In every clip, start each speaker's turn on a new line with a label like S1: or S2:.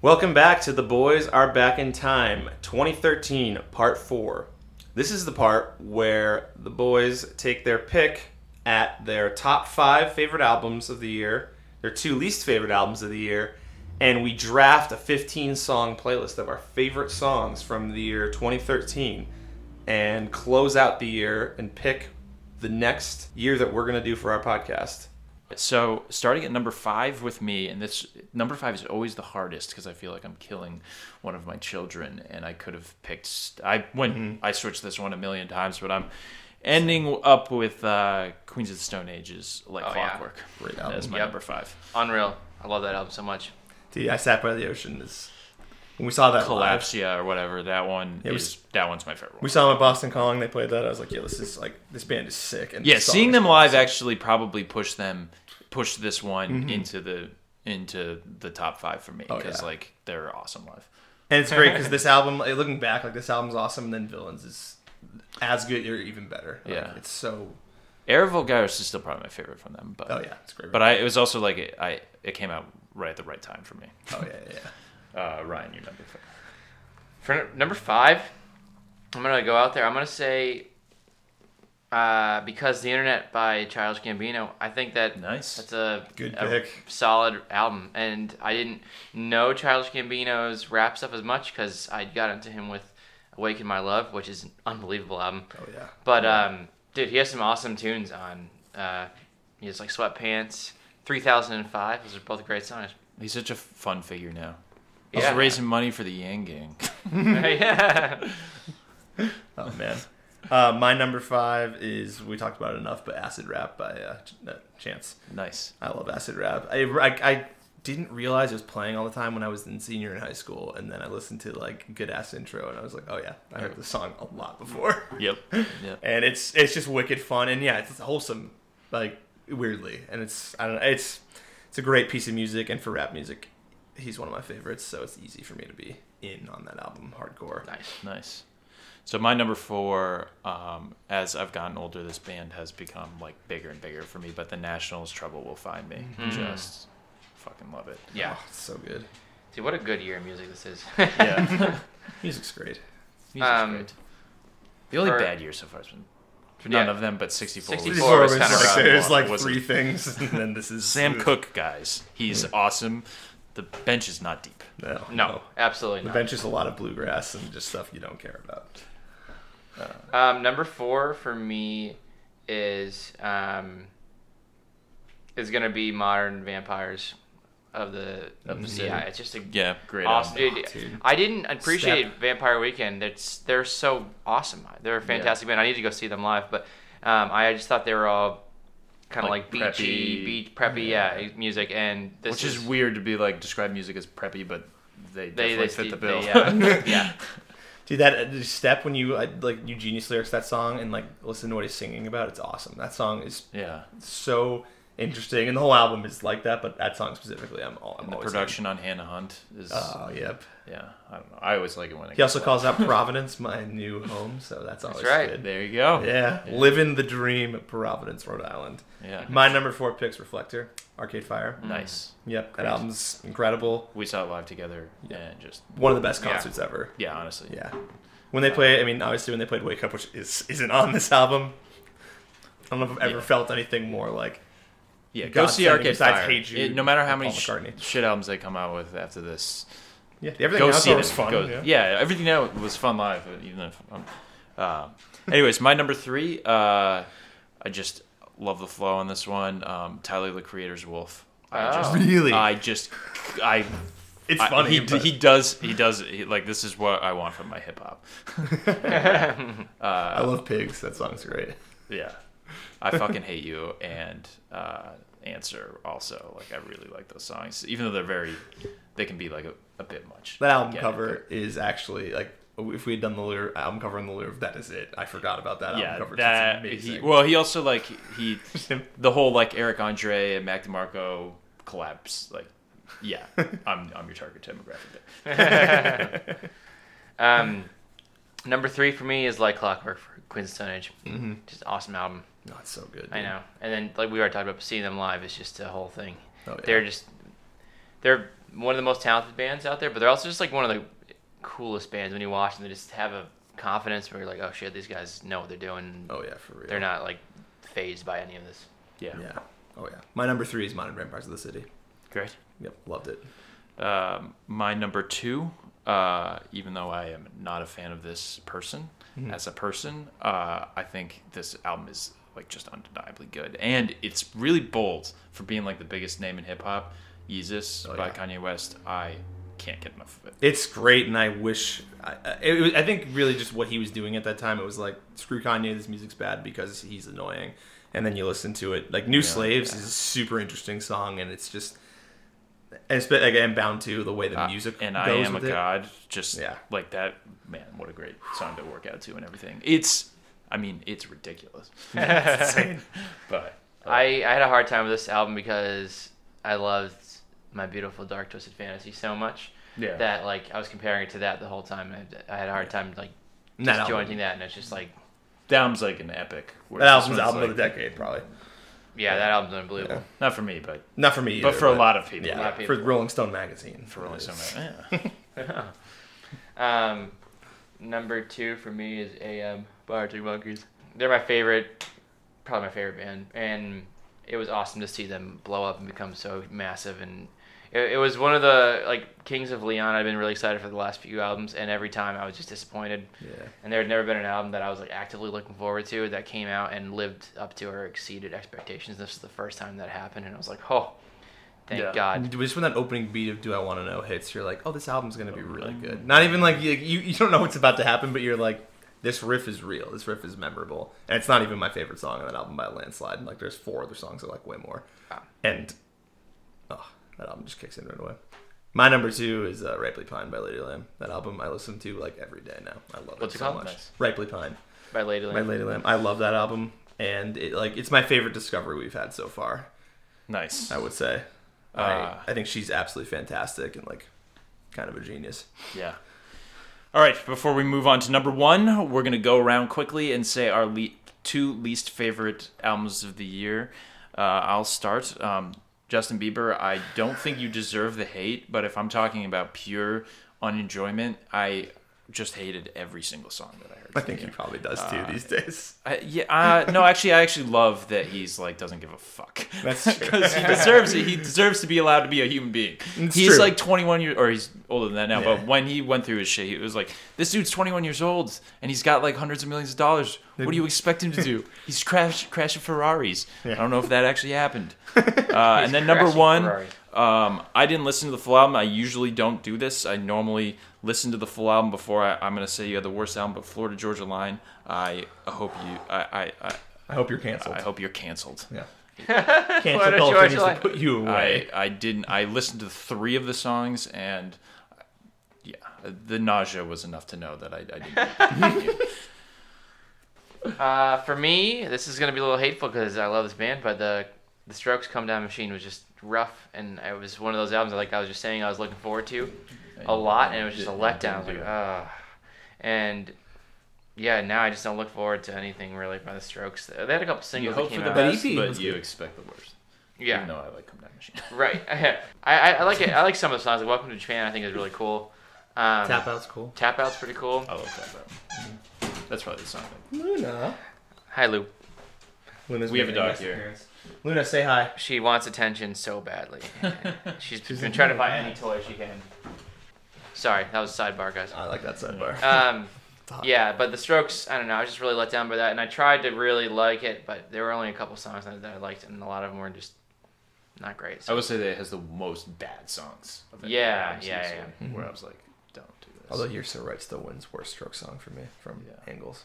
S1: Welcome back to The Boys Are Back in Time, 2013, Part 4. This is the part where the boys take their pick at their top five favorite albums of the year, their two least favorite albums of the year, and we draft a 15 song playlist of our favorite songs from the year 2013 and close out the year and pick the next year that we're going to do for our podcast.
S2: So starting at number five with me, and this number five is always the hardest because I feel like I'm killing one of my children, and I could have picked. St- I went, I switched this one a million times, but I'm ending up with uh, Queens of the Stone Age's "Like
S3: Oh, yeah.
S2: Clockwork"
S1: Great
S2: as my
S3: Yep.
S2: number five.
S3: Unreal. I love that album so much.
S1: Dude, I sat by the ocean. This, when we saw that live,
S2: Collapsia or whatever that one
S1: It was-
S2: is. That one's my favorite. One.
S1: we saw them at Boston Calling. They played that. I was like, yeah, this is like this band is sick. And
S2: yeah,
S1: this song
S2: seeing
S1: is
S2: them
S1: awesome.
S2: live actually probably pushed them pushed this one into the into the top five for me
S1: Mm-hmm. Oh,
S2: because
S1: yeah.
S2: like they're awesome live.
S1: and it's great because this album, like, looking back, like this album's awesome. And then Villains is as good or even better. Like,
S2: Yeah.
S1: it's so.
S2: Air Vulgaris is still probably my favorite from them, but
S1: Oh yeah, it's a great.
S2: but I it was also like it, I it came out right at the right time for me.
S1: oh yeah, yeah, yeah.
S2: Uh, Ryan, your number five.
S3: For n- number five, I'm gonna go out there. I'm gonna say uh, because the Internet by Childish Gambino. I think that
S2: Nice.
S3: That's a
S1: Good
S3: a
S1: pick.
S3: solid album. And I didn't know Childish Gambino's rap stuff as much because I got into him with "Awaken My Love," which is an unbelievable album.
S1: Oh yeah.
S3: But um, dude, he has some awesome tunes on. Uh, he has like "Sweatpants," "3005." Those are both great songs.
S2: He's such a fun figure now. He's
S3: Yeah.
S2: raising money for the Yang Gang.
S3: yeah.
S1: Oh man. Uh, my number five is we talked about it enough, but Acid Rap by uh, Ch- uh, Chance.
S2: nice.
S1: I love acid rap. I, I, I didn't realize it was playing all the time when I was in senior in high school, and then I listened to like good ass intro, and I was like, oh yeah, I heard this song a lot before,
S2: Yep. Yep.
S1: and it's it's just wicked fun, and yeah, it's wholesome, like weirdly, and it's I don't know, it's it's a great piece of music, and for rap music, he's one of my favorites, so it's easy for me to be in on that album hardcore.
S3: nice.
S2: Nice. So my number four, um, as I've gotten older, this band has become like bigger and bigger for me. But the Nationals' "Trouble Will Find Me" just fucking love it.
S3: Yeah.
S1: Oh, it's so good.
S3: Dude, what a good year of music this is.
S2: Yeah,
S1: Music's great.
S2: music's
S3: Um,
S2: great. The only
S3: for-
S2: bad year so far has been none
S3: Yeah.
S2: of them, but '64.
S3: 64 Before it was
S1: Before it
S3: kinda
S1: was
S3: rough.
S1: like, there's like
S2: Was it-
S1: three things, and then this is
S2: Sam Cook, guys, he's awesome. The bench is not deep.
S1: No,
S3: No, absolutely
S1: The
S3: not.
S1: bench is a lot of bluegrass and just stuff you don't care about.
S3: Um, number four for me is um, is gonna be Modern Vampires of the of the
S1: Mhm.
S3: CI. It's just a
S2: Yeah, great.
S3: awesome.
S2: album.
S3: Dude,
S1: dude.
S3: I didn't appreciate
S1: Step.
S3: Vampire Weekend. It's they're so awesome. They're a fantastic band. I need to go see them live, but um, I just thought they were all kind of
S2: Like
S3: like, beachy,
S2: preppy.
S3: beach preppy, yeah. music. And this
S2: Which is, weird to be like describe music as preppy, but they definitely
S3: they
S2: fit
S3: they
S2: the bill.
S3: They, yeah, yeah.
S1: Dude, that uh, the step when you uh, like you genius lyrics that song and like listen to what he's singing about, it's awesome. That song is
S2: yeah.
S1: so interesting, and the whole album is like that. But that song specifically, I'm all I'm
S2: And the
S1: always
S2: production on Hannah Hunt is
S1: in. Oh, yep.
S2: yeah. I don't know. I always like it when it.
S1: He also
S2: gets
S1: calls out Providence, my new home. So that's always
S3: right.
S2: loud.
S1: good.
S2: There you go.
S1: Yeah, living the dream, Providence, Rhode Island.
S2: Yeah.
S1: My number four picks Reflector, Arcade Fire.
S2: Nice.
S1: Yep,
S2: Mm. Great.
S1: that album's incredible.
S2: We saw it live together
S1: Yeah.
S2: and just
S1: One of the best
S3: Yeah.
S1: concerts ever.
S2: yeah, honestly.
S1: Yeah. When they play, I mean, obviously when they played "Wake Up," which is isn't on this album. I don't know if I've ever
S2: Yeah.
S1: felt anything more like.
S2: Yeah, go
S1: God
S2: see
S1: sending
S2: Arcade
S1: besides
S2: Fire.
S1: Hey Jude
S2: It- no matter how
S1: and
S2: many
S1: Paul
S2: sh-
S1: McCartney.
S2: shit albums they come out with after this,
S1: Yeah, everything
S2: go
S1: else
S2: see
S1: was
S2: them.
S1: fun.
S2: Go-
S1: yeah.
S2: everything now was fun live, even if. Um, uh, anyways, my number three. Uh, I just love the flow on this one. Um, Tyler the Creator's Wolf. I
S3: Oh.
S2: just,
S1: Really?
S2: I just, I.
S1: it's
S2: I-
S1: funny.
S2: he,
S1: but-
S2: he does. He does. He, like this is what I want from my Uh, hip hop.
S1: I love pigs. That song's great.
S2: Yeah. I fucking hate you and uh, answer also. Like I really like those songs, even though they're very, they can be like a, a bit much.
S1: That album
S2: Get it,
S1: cover is actually like if we had done the Louvre, album cover in the Louvre, that is it. I forgot about that
S2: but-
S1: album
S2: yeah,
S1: cover. It's
S2: that
S1: amazing.
S2: he, well, he also like he, the whole like Eric Andre and Mac DeMarco collapse. Like, yeah, I'm I'm your target demographic. There.
S3: Um, number three for me is like Clockwork for Queen's of the Stone Age. Mm-hmm. Just an awesome album.
S1: no, it's so good.
S3: I
S1: dude.
S3: know. And then like we already talked about seeing them live is just a whole thing.
S1: Oh, yeah.
S3: They're just they're one of the most talented bands out there, but they're also just like one of the coolest bands when you watch them. They just have a confidence where you're like, oh shit, these guys know what they're doing.
S1: Oh yeah, for real.
S3: They're not like phased by any of this.
S2: Yeah.
S1: Yeah. Oh yeah. My number three is Modern Vampires of the City.
S2: Great.
S1: Yep, loved it.
S2: Um, my number two, uh, even though I am not a fan of this person
S1: Mm-hmm.
S2: as a person, uh, I think this album is like just undeniably good, and it's really bold for being like the biggest name in hip hop. Yeezus
S1: Oh,
S2: by
S1: yeah.
S2: Kanye West. I can't get enough of it.
S1: It's great, and I wish. I, I- it was, I think really just what he was doing at that time. It was like screw Kanye, this music's bad because he's annoying. And then you listen to it, like New Slaves is a super interesting song, and it's just, and it's been, again bound to the way the
S2: Uh,
S1: music
S2: and
S1: goes
S2: I am a
S1: with it.
S2: god. Just
S1: Yeah.
S2: like that, man. What a great song to work out to and everything. It's, I mean, it's ridiculous, but
S3: I, I had a hard time with this album because I loved my beautiful dark twisted fantasy so much
S2: Yeah.
S3: that like I was comparing it to that the whole time. I, I had a hard time like
S1: And that album,
S3: disjointing that, and it's just like
S2: that album's like an epic. where
S1: that
S2: this
S1: album's
S2: one's
S1: album
S2: like-
S1: of the decade, probably.
S3: yeah, that album's unbelievable.
S2: Not for me, but
S1: Not for me,
S2: But
S1: either,
S2: for a lot of people.
S1: yeah,
S3: A lot of
S1: for
S3: people.
S1: Rolling Stone magazine,
S2: for Rolling Stone.
S1: It's-
S2: yeah.
S3: Um, number two for me is AM by Arctic Monkeys. They're my favorite, probably my favorite band, and it was awesome to see them blow up and become so massive. And it, it was one of the like Kings of Leon. I've been really excited for the last few albums, and every time I was just disappointed.
S1: Yeah.
S3: And there had never been an album that I was like actively looking forward to that came out and lived up to or exceeded expectations. This is the first time that happened, and I was like, oh, thank
S2: Yeah.
S3: God.
S1: And Just when that opening beat of "Do I Want to Know" hits, you're like, "Oh, this album's gonna be really
S3: Mm-hmm.
S1: good." Not even like you, you, you don't know what's about to happen, but you're like, "This riff is real. This riff is memorable." And it's not even my favorite song on that album by a landslide. Like, there's four other songs I like way more.
S3: Wow.
S1: And oh, that album just kicks in right away. My number two is uh, "Ripley Pine" by Lady Lamb. That album I listen to like every day now. I love
S3: What's
S1: it
S3: it
S1: so
S3: called?
S1: much.
S3: Nice.
S1: "Ripley Pine"
S3: By Lady
S1: by
S3: Lamb.
S1: Lady Lamb. I love that album, and it like it's my favorite discovery we've had so far.
S2: Nice.
S1: I would say.
S2: Uh,
S1: I, I think she's absolutely fantastic and like kind of a genius.
S2: Yeah. All right. Before we move on to number one, we're gonna go around quickly and say our le- two least favorite albums of the year. Uh, I'll start. Um, Justin Bieber. I don't think you deserve the hate, but if I'm talking about pure unenjoyment, I just hated every single song that I heard.
S1: I think he probably does too
S2: Uh,
S1: these days.
S2: I, yeah, uh, no, actually, I actually love that he's like doesn't give a fuck.
S1: That's true.
S2: because he deserves it. He deserves to be allowed to be a human being.
S1: It's
S2: he's
S1: true.
S2: like 21 years, or he's older than that now.
S1: Yeah.
S2: But when he went through his shit, he was like, "This dude's 21 years old, and he's got like hundreds of millions of dollars. What do you expect him to do? he's crash crashing Ferraris. I don't know if that actually happened." Uh, and then number
S3: crashing
S2: one,
S3: Ferrari.
S2: um, I didn't listen to the full album. I usually don't do this. I normally listen to the full album before I, I'm going to say you had the worst album. But Florida Georgia Line, I hope you, I, I, I,
S1: I hope you're canceled.
S2: I hope you're canceled.
S1: Yeah.
S3: Why
S1: Cancel
S3: don't
S1: culture
S3: you
S1: needs to
S3: actually-
S1: put you
S2: I,
S1: away.
S2: I didn't. I listened to three of the songs, and uh, yeah, the nausea was enough to know that I, I didn't.
S3: Uh, for me, this is gonna be a little hateful because I love this band, but the the Strokes Come Down Machine was just rough, and it was one of those albums. Like I was just saying, I was looking forward to a lot, and it was just a letdown. I was like, ugh. And yeah, now I just don't look forward to anything really by the Strokes. They had a couple
S2: you
S3: singles that
S2: hope for
S3: came
S2: the
S3: out.
S1: That
S2: best,
S1: EP
S2: but
S1: was
S2: you
S1: good.
S2: expect the worst.
S3: yeah,
S2: Even though I like Come Down Machine.
S3: right. I, I I like it. I like some of the songs. Like Welcome to Japan, I think is really cool. Um,
S1: Tap out's cool.
S3: Tap out's pretty cool.
S2: I love that album. That's probably the song. that-
S1: Luna.
S3: Hi Lou.
S1: Luna's
S2: We have a
S1: making
S2: dog
S1: guest
S2: here.
S1: appearance. Luna, say hi.
S3: She wants attention so badly. She's been trying to buy any toy she can. Sorry, that was sidebar, guys.
S1: I like that sidebar.
S2: Uh,
S3: Um,
S1: Fuck.
S3: yeah, but the Strokes, I don't know. I was just really let down by that, and I tried to really like it, but there were only a couple songs that that I liked, and a lot of them were just not great.
S2: I
S3: So,
S2: would say that it has the most bad songs. Of any
S3: Yeah,
S2: album
S3: yeah,
S2: season,
S3: yeah,
S2: Where I was like, don't do this.
S1: Mm-hmm. Although You're So Right still wins worst stroke song for me from
S2: Yeah.
S1: Angles.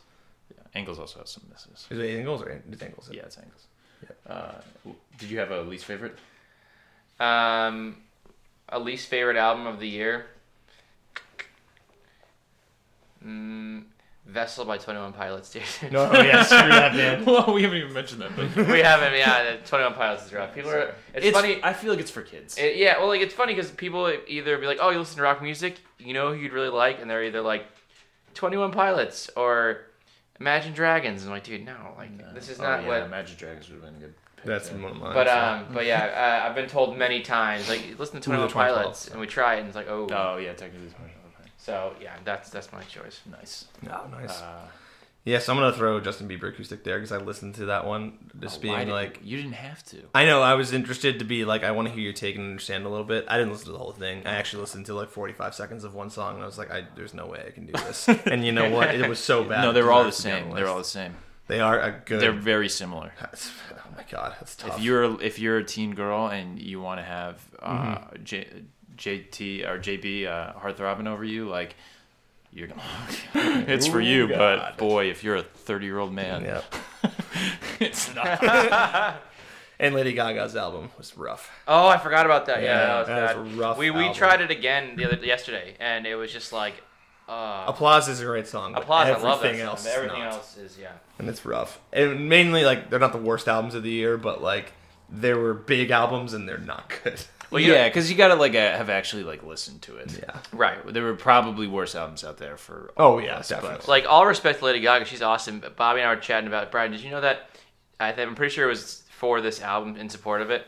S2: yeah. Angles also has some misses.
S1: Is it Angles or is Angles?
S2: Yeah, it's Angles. Uh, w- did you have a least favorite?
S3: um, a least favorite album of the year. Mm, Vessel by Twenty One Pilots, dude.
S1: No, oh, yeah, screw that man.
S2: well, we haven't even mentioned that. But
S3: we haven't. Yeah, Twenty One Pilots is rough. People are. It's, funny.
S2: I feel like it's for kids.
S3: It, yeah, well, like it's funny because people either be like, "Oh, you listen to rock music, you know who you'd really like," and they're either like, Twenty One Pilots" or "Imagine Dragons," and I'm like, "Dude, no, like this is
S2: Oh,
S3: not
S2: yeah,
S3: what."
S2: Magic Dragons would have been a good. Pick.
S1: That's one of mine.
S3: But um, but yeah, uh, I've been told many times like listen to Twenty One
S1: the 2012.
S3: Pilots, and we try it, and it's like oh.
S2: Oh yeah, technically it's my okay.
S3: So yeah, that's that's my choice.
S2: nice.
S1: oh, nice.
S2: Uh,
S1: yeah, so I'm gonna throw Justin Bieber acoustic there because I listened to that one, just
S2: oh, why
S1: being
S2: did-
S1: like,
S2: you didn't have to.
S1: I know I was interested to be like, I want to hear your take and understand a little bit. I didn't listen to the whole thing. I actually listened to like 45 seconds of one song, and I was like, I, there's no way I can do this. and you know what? It was so bad.
S2: No,
S1: it
S2: they're all the
S1: deserves to be on
S2: same. They're all the same.
S1: list. They are a good.
S2: They're very similar.
S1: That's- oh my god, that's tough.
S2: If you're if you're a teen girl and you want to have uh,
S1: Mm-hmm.
S2: J, JT or JB uh, heartthrobbing over you, like you're gonna, it's for
S1: Ooh,
S2: you.
S1: God.
S2: But boy, if you're a thirty year old man,
S1: yeah.
S2: it's not.
S1: And Lady Gaga's album was rough.
S3: Oh, I forgot about that. Yeah,
S1: Yeah,
S3: that was
S1: that
S3: bad.
S1: was a rough
S3: we we
S1: album.
S3: tried it again the other yesterday, and it was just like, uh,
S1: Applause is a great song. but
S3: applause. I
S1: Everything
S3: love that. song,
S1: else,
S3: but everything
S1: not.
S3: else is yeah.
S1: and it's rough. And mainly like they're not the worst albums of the year, but like there were big albums and they're not good.
S2: well,
S3: you-
S2: yeah, because you gotta like uh, have actually like listened to it.
S1: yeah.
S3: Right.
S2: There were probably worse albums out there for.
S1: Oh
S2: all
S1: yeah,
S2: of us,
S1: definitely.
S3: Like all respect to Lady Gaga, she's awesome. But Bobby and I were chatting about Brian. Did you know that? I th- I'm pretty sure it was for this album in support of it.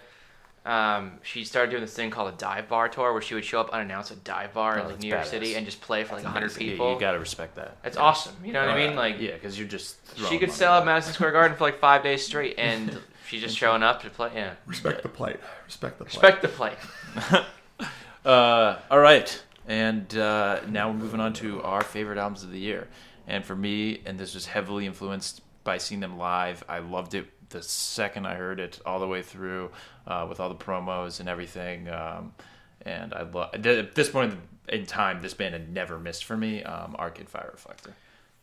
S3: Um, she started doing this thing called a dive bar tour, where she would show up unannounced at dive
S2: Oh,
S3: bar in like,
S2: that's
S3: New York
S2: badass.
S3: City and just play for like
S2: but-
S3: 100
S2: Yeah,
S3: people.
S2: You gotta respect that.
S3: That's awesome. You know what
S1: Oh,
S3: I
S1: yeah.
S3: mean? Like
S2: Yeah, because you're just.
S3: she
S2: throwing
S3: could
S2: money
S3: sell out
S2: away.
S3: Madison Square Garden for like five days straight, and she's just showing up to play. Yeah,
S1: Respect the plight. Respect the plight.
S3: respect the play.
S2: Uh, all right, and uh, now we're moving on to our favorite albums of the year. And for me, and this was heavily influenced by seeing them live. I loved it the second I heard it, all the way through, uh, with all the promos and everything. Um, and I love at this point in time, this band had never missed for me. Um, Arcade Fire Reflector.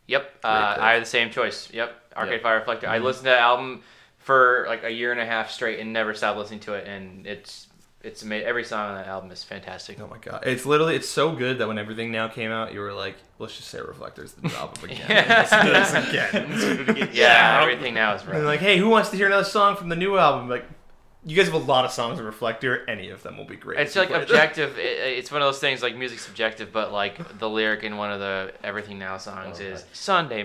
S3: Yep, uh,
S1: choice.
S3: I had the same choice. Yep, Arcade
S2: Yep. Mm-hmm.
S3: Fire Reflector. I listened to that album for like a year and a half straight and never stopped listening to it, and it's it's ama- every song on that album is fantastic.
S1: Oh my god. It's literally it's so good that when everything now came out, you were like, let's just say Reflector's the album again. Let's do this again.
S3: yeah, everything now is
S1: and
S3: right.
S1: like, hey, who wants to hear another song from the new album? Like, you guys have a lot of songs of Reflector. Any of them will be great. if
S3: It's
S1: you
S3: like
S1: play them.
S3: objective. It, it's one of those things like music's subjective, but like the lyric in one of the Everything Now songs
S2: Oh,
S3: is Sunday,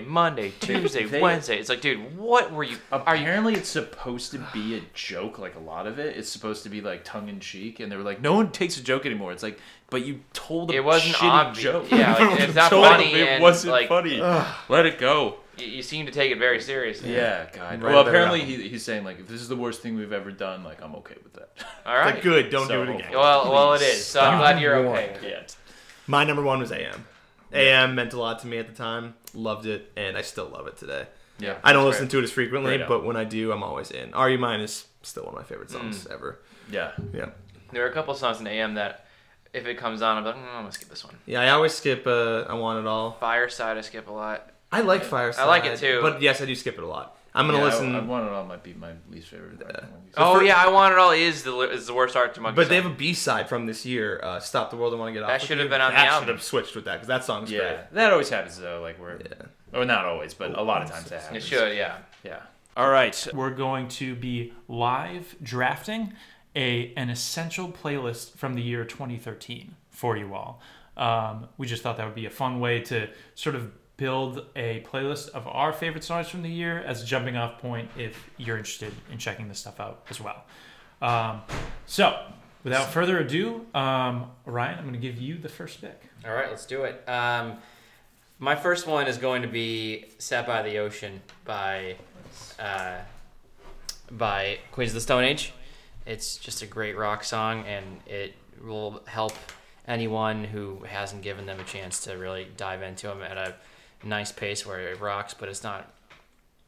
S3: Monday, Tuesday,
S2: they-
S3: Wednesday. It's like, dude, what were you? Are you?
S2: Apparently, it's supposed to be a joke. Like a lot of it, it's supposed to be like tongue in cheek, and they were like, "No one takes a joke anymore." It's like, but you told a
S3: It wasn't
S2: shitty
S3: obvious.
S2: joke.
S3: Yeah, like, it's not
S2: Told them
S3: funny
S2: It
S3: and,
S2: wasn't
S3: like-
S2: funny. Let it go.
S3: You, you seem to take it very seriously.
S2: Yeah, God.
S1: Write a
S2: well,
S1: better
S2: apparently
S1: album.
S2: he, he's saying like, if this is the worst thing we've ever done, like I'm okay with that.
S3: All
S1: It's
S3: right.
S1: like, good, don't
S2: So-
S1: do it again.
S3: Well, well, it
S2: Please
S3: is. So I'm glad you're
S1: Warn.
S3: okay.
S2: yeah.
S1: My number one was AM. AM meant a lot to me at the time. Loved it, and I still love it today.
S2: Yeah.
S1: I don't
S3: That's
S1: listen to it as frequently,
S2: Great album.
S1: but when I do, I'm always in. RE Mine is still one of my favorite songs ever.
S2: Yeah.
S1: Yeah.
S3: There are a couple songs in AM that, if it comes on, I'm like, mm, I'm gonna skip this one.
S1: Yeah, I always skip uh, I Want It All.
S3: Fireside, I skip a lot.
S1: I like Fireside.
S3: I like it too.
S1: But yes, I do skip it a lot. I'm going
S2: Yeah,
S1: to
S2: I-
S1: listen.
S2: I, want it all. Might be my least favorite.
S1: The
S3: oh
S1: fir-
S3: yeah, I want it all. Is the is the worst art to monkey.
S1: but they have
S3: song.
S1: a B side from this year, uh, Stop the World I Want to Get Off.
S3: That
S1: With
S3: should have
S1: You.
S3: been on the
S1: That
S3: album.
S1: should have switched with that because that song's great.
S2: yeah. That always happens though. Like we're,
S1: Yeah.
S2: or not always, but a lot of times that
S3: It
S2: happens.
S3: should, yeah.
S2: Yeah. All right.
S4: we're going to be live drafting a an essential playlist from the year 2013 for you all. Um, we just thought that would be a fun way to sort of build a playlist of our favorite songs from the year as a jumping off point if you're interested in checking this stuff out as well. Um, so, without further ado, um, Ryan, I'm going to give you the first pick.
S5: All right, let's do it. Um, my first one is going to be "Sat by the Ocean" by uh, by Queens of the Stone Age. It's just a great rock song, and it will help anyone who hasn't given them a chance to really dive into them at a nice pace where it rocks, but it's not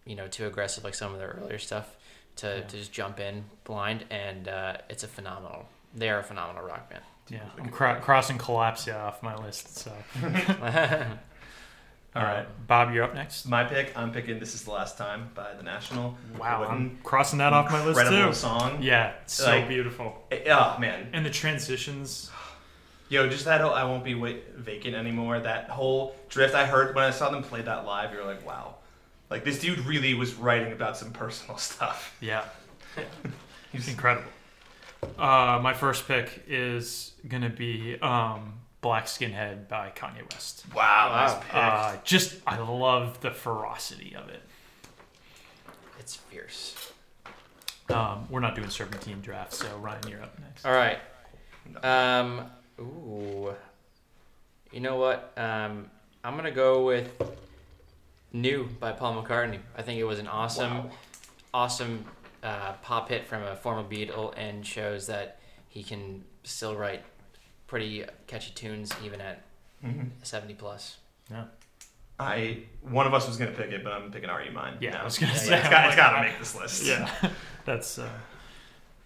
S5: you know too aggressive like some of their earlier stuff to, to just jump in blind. And uh, it's a phenomenal. They are a phenomenal rock band.
S4: Yeah, I'm cro- crossing Collapsia off my list. So, all right, Bob, you're up next.
S1: My pick, I'm picking This Is the Last Time by The National.
S4: Wow,
S1: What an
S4: I'm crossing that off my list
S1: incredible
S4: too.
S1: song.
S4: Yeah, it's so
S1: Like-
S4: beautiful.
S1: Eh, Oh, man.
S4: And the transitions.
S1: Yo, just that whole I won't be wait, vacant anymore. That whole drift I heard when I saw them play that live, you were like, wow. Like, this dude really was writing about some personal stuff.
S4: Yeah. He's incredible. Uh, my first pick is going to be um, Black Skinhead by Kanye West.
S1: Wow, nice pick.
S4: Uh, just, I love the ferocity of it.
S5: It's fierce.
S4: Um, we're not doing serpentine drafts, so Ryan, you're up next.
S3: All right. Um, ooh. You know what? Um, I'm gonna go with "New" by Paul McCartney. I think it was an awesome, awesome uh, pop hit from a former Beatle, and shows that he can still write pretty catchy tunes even at
S1: Mm-hmm.
S3: 70 plus.
S1: I one of us was gonna pick it, but I'm picking RE mine.
S4: Yeah,
S1: now.
S4: I was gonna
S1: It's
S4: say. uh,
S1: got, it's got to make this list.
S4: Yeah, that's uh,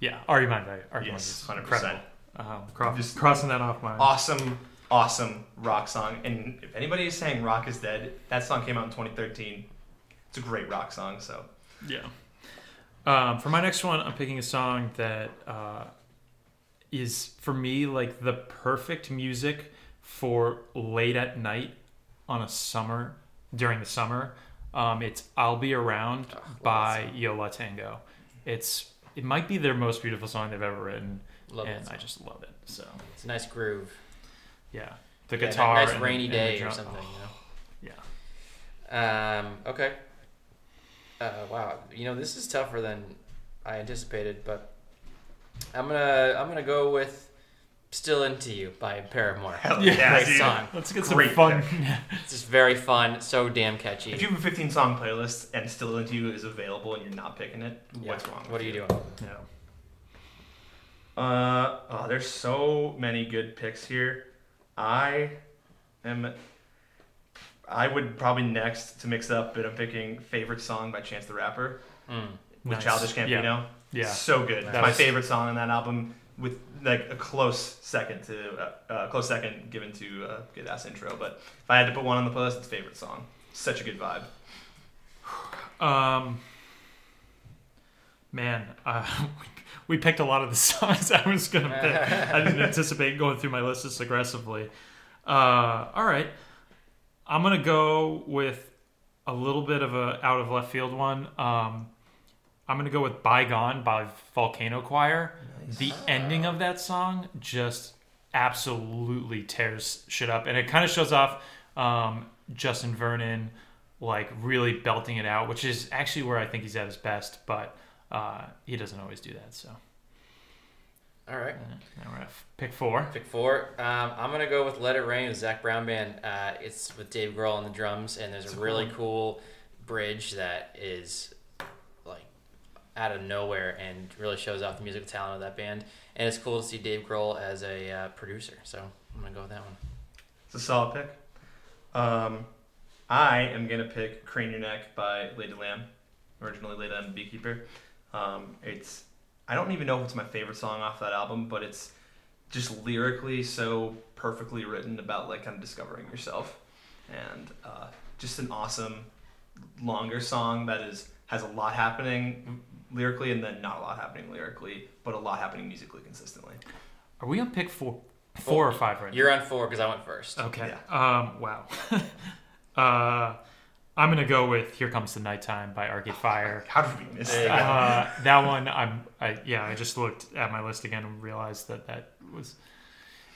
S4: yeah. Are you mine? Are you
S1: Yes,
S4: mine?
S1: 100%.
S4: is incredible. Um, cro-
S1: Just-
S4: crossing that off my.
S1: awesome, awesome rock song. And if anybody is saying rock is dead, that song came out in 2013. It's a great rock song. So
S4: Yeah. Um, for my next one, I'm picking a song that uh, is for me like the perfect music for late at night on a summer during the summer. Um, it's "I'll Be Around"
S3: Ah,
S4: by Yola Tango. It's it might be their most beautiful song they've ever written,
S3: Love
S4: and
S3: that
S4: I just love it. So
S3: It's a nice groove.
S4: yeah, the
S3: Yeah,
S4: guitar,
S3: nice
S4: and the-
S3: rainy
S4: and the
S3: day or
S4: drum-
S3: something. You know.
S4: Yeah,
S3: Um, okay. Uh, wow, you know this is tougher than I anticipated, but I'm gonna I'm gonna go with "Still Into You" by Paramore.
S1: hell
S4: Yeah,
S1: yeah,
S3: Great
S1: dude.
S3: song.
S4: let's get
S1: some
S4: some
S1: Great
S4: fun.
S1: fun-
S3: It's just very fun, so damn catchy.
S1: If you have a 15 song playlist and Still Into You is available and you're not picking it,
S3: Yeah.
S1: what's wrong?
S3: What are you doing?
S4: yeah.
S1: Uh, oh, there's so many good picks here. I am. I would probably next to mix it up, but I'm picking favorite song by Chance the Rapper
S3: Mm.
S1: with
S4: Nice.
S1: Childish Gambino.
S4: Yeah. yeah.
S1: so good.
S4: That
S1: It's my
S4: was-
S1: favorite song on that album, with like a close second to uh, uh, close second given to uh, Good Ass Intro. But if I had to put one on the playlist, it's favorite song. Such a good vibe.
S4: Um, man, uh, we picked a lot of the songs I was gonna pick. I didn't anticipate going through my list this aggressively. Uh, all right, I'm gonna go with a little bit of a out of left field one. Um, I'm gonna go with "Bygone" by Volcano Choir. The ending of that song just absolutely tears shit up, and it kind of shows off um, Justin Vernon like really belting it out, which is actually where I think he's at his best, but uh, he doesn't always do that. So
S3: All right,
S4: now we're at pick four.
S3: pick four. Um, I'm gonna go with "Let It Rain" with Zach Brown Band. Uh, it's with Dave Grohl on the drums, and there's a really cool bridge that is like out of nowhere and really shows off the musical talent of that band. And it's cool to see Dave Grohl as a uh, producer. So I'm gonna go with that one.
S1: It's a solid pick. Um, I am gonna pick "Crane Your Neck" by Lady Lamb, originally Lady Lamb Beekeeper. Um, it's I don't even know if it's my favorite song off that album, but it's just lyrically so perfectly written about like kind of discovering yourself, and uh, just an awesome longer song that is has a lot happening lyrically and then not a lot happening lyrically, but a lot happening musically consistently.
S4: Are we on pick four, four or five right now?
S3: You're on four because I went first.
S4: Okay. Um, wow. uh, I'm gonna go with "Here Comes the Nighttime" by Arcade Fire.
S1: How did we miss
S3: There you
S1: that?
S3: go.
S4: Uh, that one, I'm, I, yeah, I just looked at my list again and realized that that was.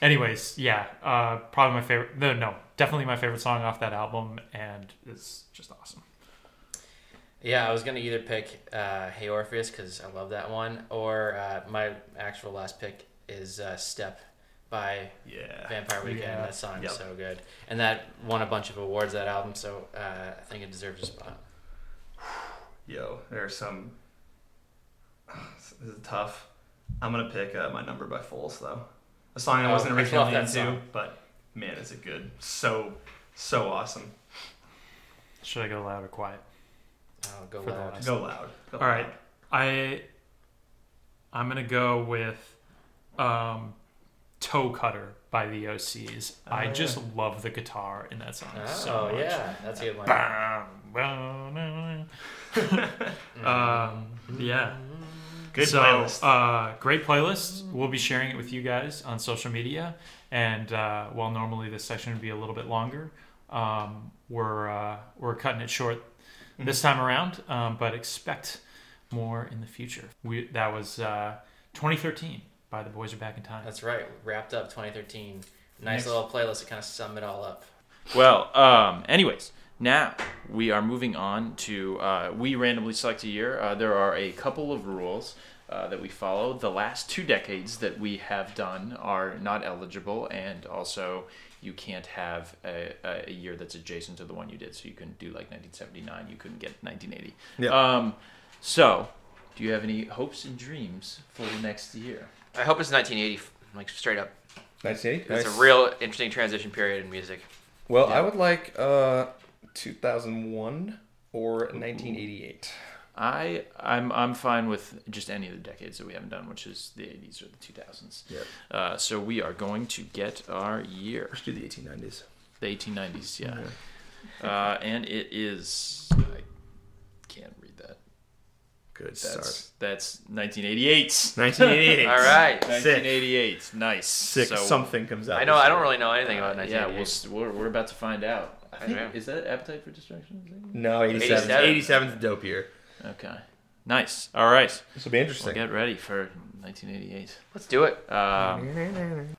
S4: Anyways, yeah, uh, probably my favorite. No, no, definitely my favorite song off that album, and it's just awesome.
S3: Yeah, I was gonna either pick uh, "Hey Orpheus" because I love that one, or uh, my actual last pick is uh, "Step" by
S1: Yeah.
S3: Vampire Weekend.
S4: Yeah.
S3: That song's
S1: Yep.
S3: so good, and that won a bunch of awards. That album, so uh, I think it deserves a spot.
S1: Yo, there are some. This is tough. I'm gonna pick uh, my number by Foles though. A song I
S3: Oh,
S1: wasn't
S3: I love
S1: originally
S3: that
S1: into,
S3: song.
S1: but man, is it good. So, so awesome.
S4: Should I go loud or quiet?
S3: I'll go
S4: For the
S3: loud.
S4: last-
S1: Go loud. Go
S4: All right,
S1: loud.
S4: I I'm gonna go with um, "Toe Cutter" by the OCs. I
S1: Oh,
S4: just love the guitar in that song
S3: Oh
S4: so much.
S3: yeah, that's a good one.
S4: um,
S3: Mm-hmm.
S4: yeah.
S1: Good
S4: so,
S1: playlist.
S4: Uh, great playlist. We'll be sharing it with you guys on social media. And uh, while normally this section would be a little bit longer, um, we're uh, we're cutting it short
S1: Mm-hmm.
S4: this time around. Um, but expect more in the future. We that was uh, 2013 by the Boys Are Back in Time.
S3: That's right. Wrapped up 2013. Nice
S4: Next.
S3: little playlist to kind of sum it all up.
S2: Well, um, anyways, Now we are moving on to uh, we randomly select a year. Uh, there are a couple of rules. Uh, that we follow. The last two decades that we have done are not eligible, and also you can't have a, a a year that's adjacent to the one you did. So you couldn't do like 1979. You couldn't get 1980.
S1: Yeah.
S2: Um, so, do you have any hopes and dreams for the next year?
S3: I hope it's 1980, like straight up.
S1: Nice eight.
S3: It's a real interesting transition period in music.
S1: Well,
S2: Yeah.
S1: I would like uh, 2001 or 1988.
S2: I I'm I'm fine with just any of the decades that we haven't done, which is the 80s or the 2000s.
S1: Yep.
S2: Uh, so we are going to get our year,
S1: Let's do the 1890s.
S2: the 1890s. Yeah. Uh, and it is. I can't read that.
S1: Good
S2: That's
S1: start.
S2: that's 1988.
S1: 1988.
S3: All right.
S2: 1988. Nice. uh,
S1: Six something comes out.
S3: I know.
S1: this
S3: I don't
S1: year.
S3: really know anything about
S2: Yeah, we'll,
S3: 1980.
S2: s- we're we're about to find out. I think,
S3: yeah.
S2: Is that appetite for destruction? Is that-
S1: No, 87.
S3: 87.
S1: 87's a dope year.
S2: Okay. Nice. All right.
S1: This will be
S2: Well,
S1: interesting.
S3: Uh,
S2: get ready for 1988.
S3: Let's do it.
S2: Um,